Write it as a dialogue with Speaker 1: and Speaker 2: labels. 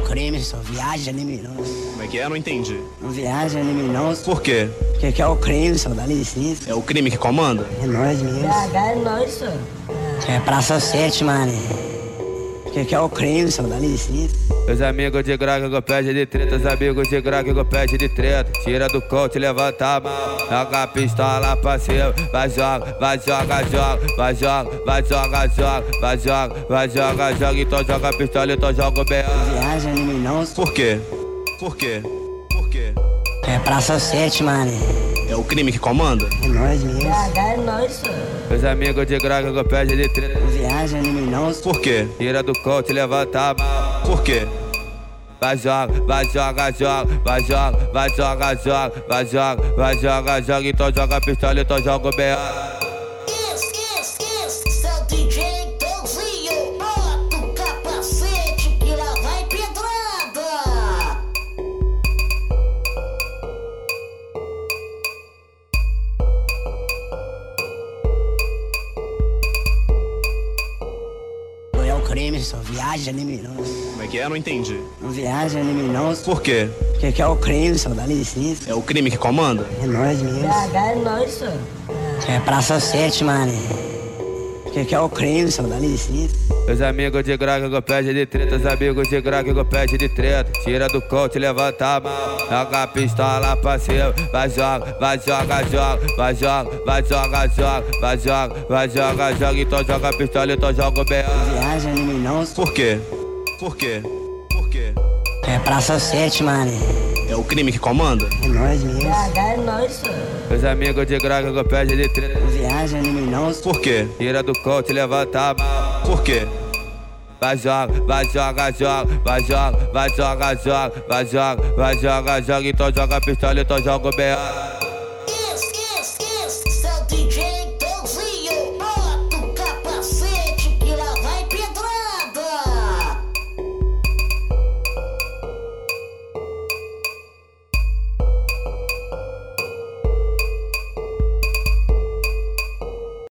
Speaker 1: Cremson, viaja nem me não.
Speaker 2: Como é que é? Não entendi.
Speaker 1: Não viaja nem me não,
Speaker 2: Por quê?
Speaker 1: porque aqui é o Cremson, dá licença.
Speaker 2: É o crime que comanda?
Speaker 1: É nós mesmo.
Speaker 3: Pagar é nós, senhor.
Speaker 1: É Praça 7, mané. Porque aqui é o Cremson, dá licença.
Speaker 4: Os amigos de grog que pede de treta, os amigos de grog que pede de treta. Tira do coach, levanta a mão, joga a pistola pra cima. Vai joga, vai joga, joga, vai joga, vai joga, joga, vai joga, vai joga, joga. Então joga a pistola, então joga o B.O.
Speaker 1: Viaja né, nem me não,
Speaker 2: Por quê? Por quê? Por quê?
Speaker 1: é Praça 7, mané.
Speaker 2: É o crime que comanda?
Speaker 1: É nós mesmo.
Speaker 3: Pagar é nós, senhor.
Speaker 4: Os amigos de grog que pede de treta.
Speaker 1: Viaja né, nem me não,
Speaker 2: Por quê?
Speaker 4: Tira do coach, levanta a mão.
Speaker 2: Por quê?
Speaker 4: Vai joga, vai joga, joga, vai joga, vai joga, joga, vai joga, vai joga, joga. Então joga a pistola, então joga o B.O.
Speaker 5: Esse, esse, esse é o DJ Pãozinho. Bota o capacete que lá vai pedrada.
Speaker 1: é o Cremson, viaja nem me não.
Speaker 2: Como é que é? Não entendi.
Speaker 1: Não viaja nem me não,
Speaker 2: Por quê?
Speaker 1: porque aqui é o Cremson, dá licença.
Speaker 2: É o crime que comanda?
Speaker 1: É nós mesmo.
Speaker 3: Pagar é nós, senhor.
Speaker 1: É Praça 7, mané. Porque aqui é o Cremson, dá licença.
Speaker 4: Os amigos de grog que pede de treta, os amigos de grog que pede de treta. Tira do coach, levanta a mão, joga a pistola pra cima. Vai joga, vai joga, joga, vai joga, vai joga, joga, vai joga, vai joga, joga. Então joga a pistola, então joga o B.O.
Speaker 1: Viaja né, nem me não,
Speaker 2: Por quê? Por quê? Por quê?
Speaker 1: é Praça 7, mané.
Speaker 2: É o crime que comanda?
Speaker 1: É nós mesmo.
Speaker 3: Pagar é nós, senhor.
Speaker 4: Os amigos de grog que pede de treta,
Speaker 1: Viaja nem me não,
Speaker 2: Por quê?
Speaker 4: tira do coach, levanta a mão.
Speaker 2: Por quê?
Speaker 4: Vai joga, vai joga, joga, vai joga, vai joga, joga, vai joga, vai joga, joga. Então joga a pistola, então joga o B.O.
Speaker 5: então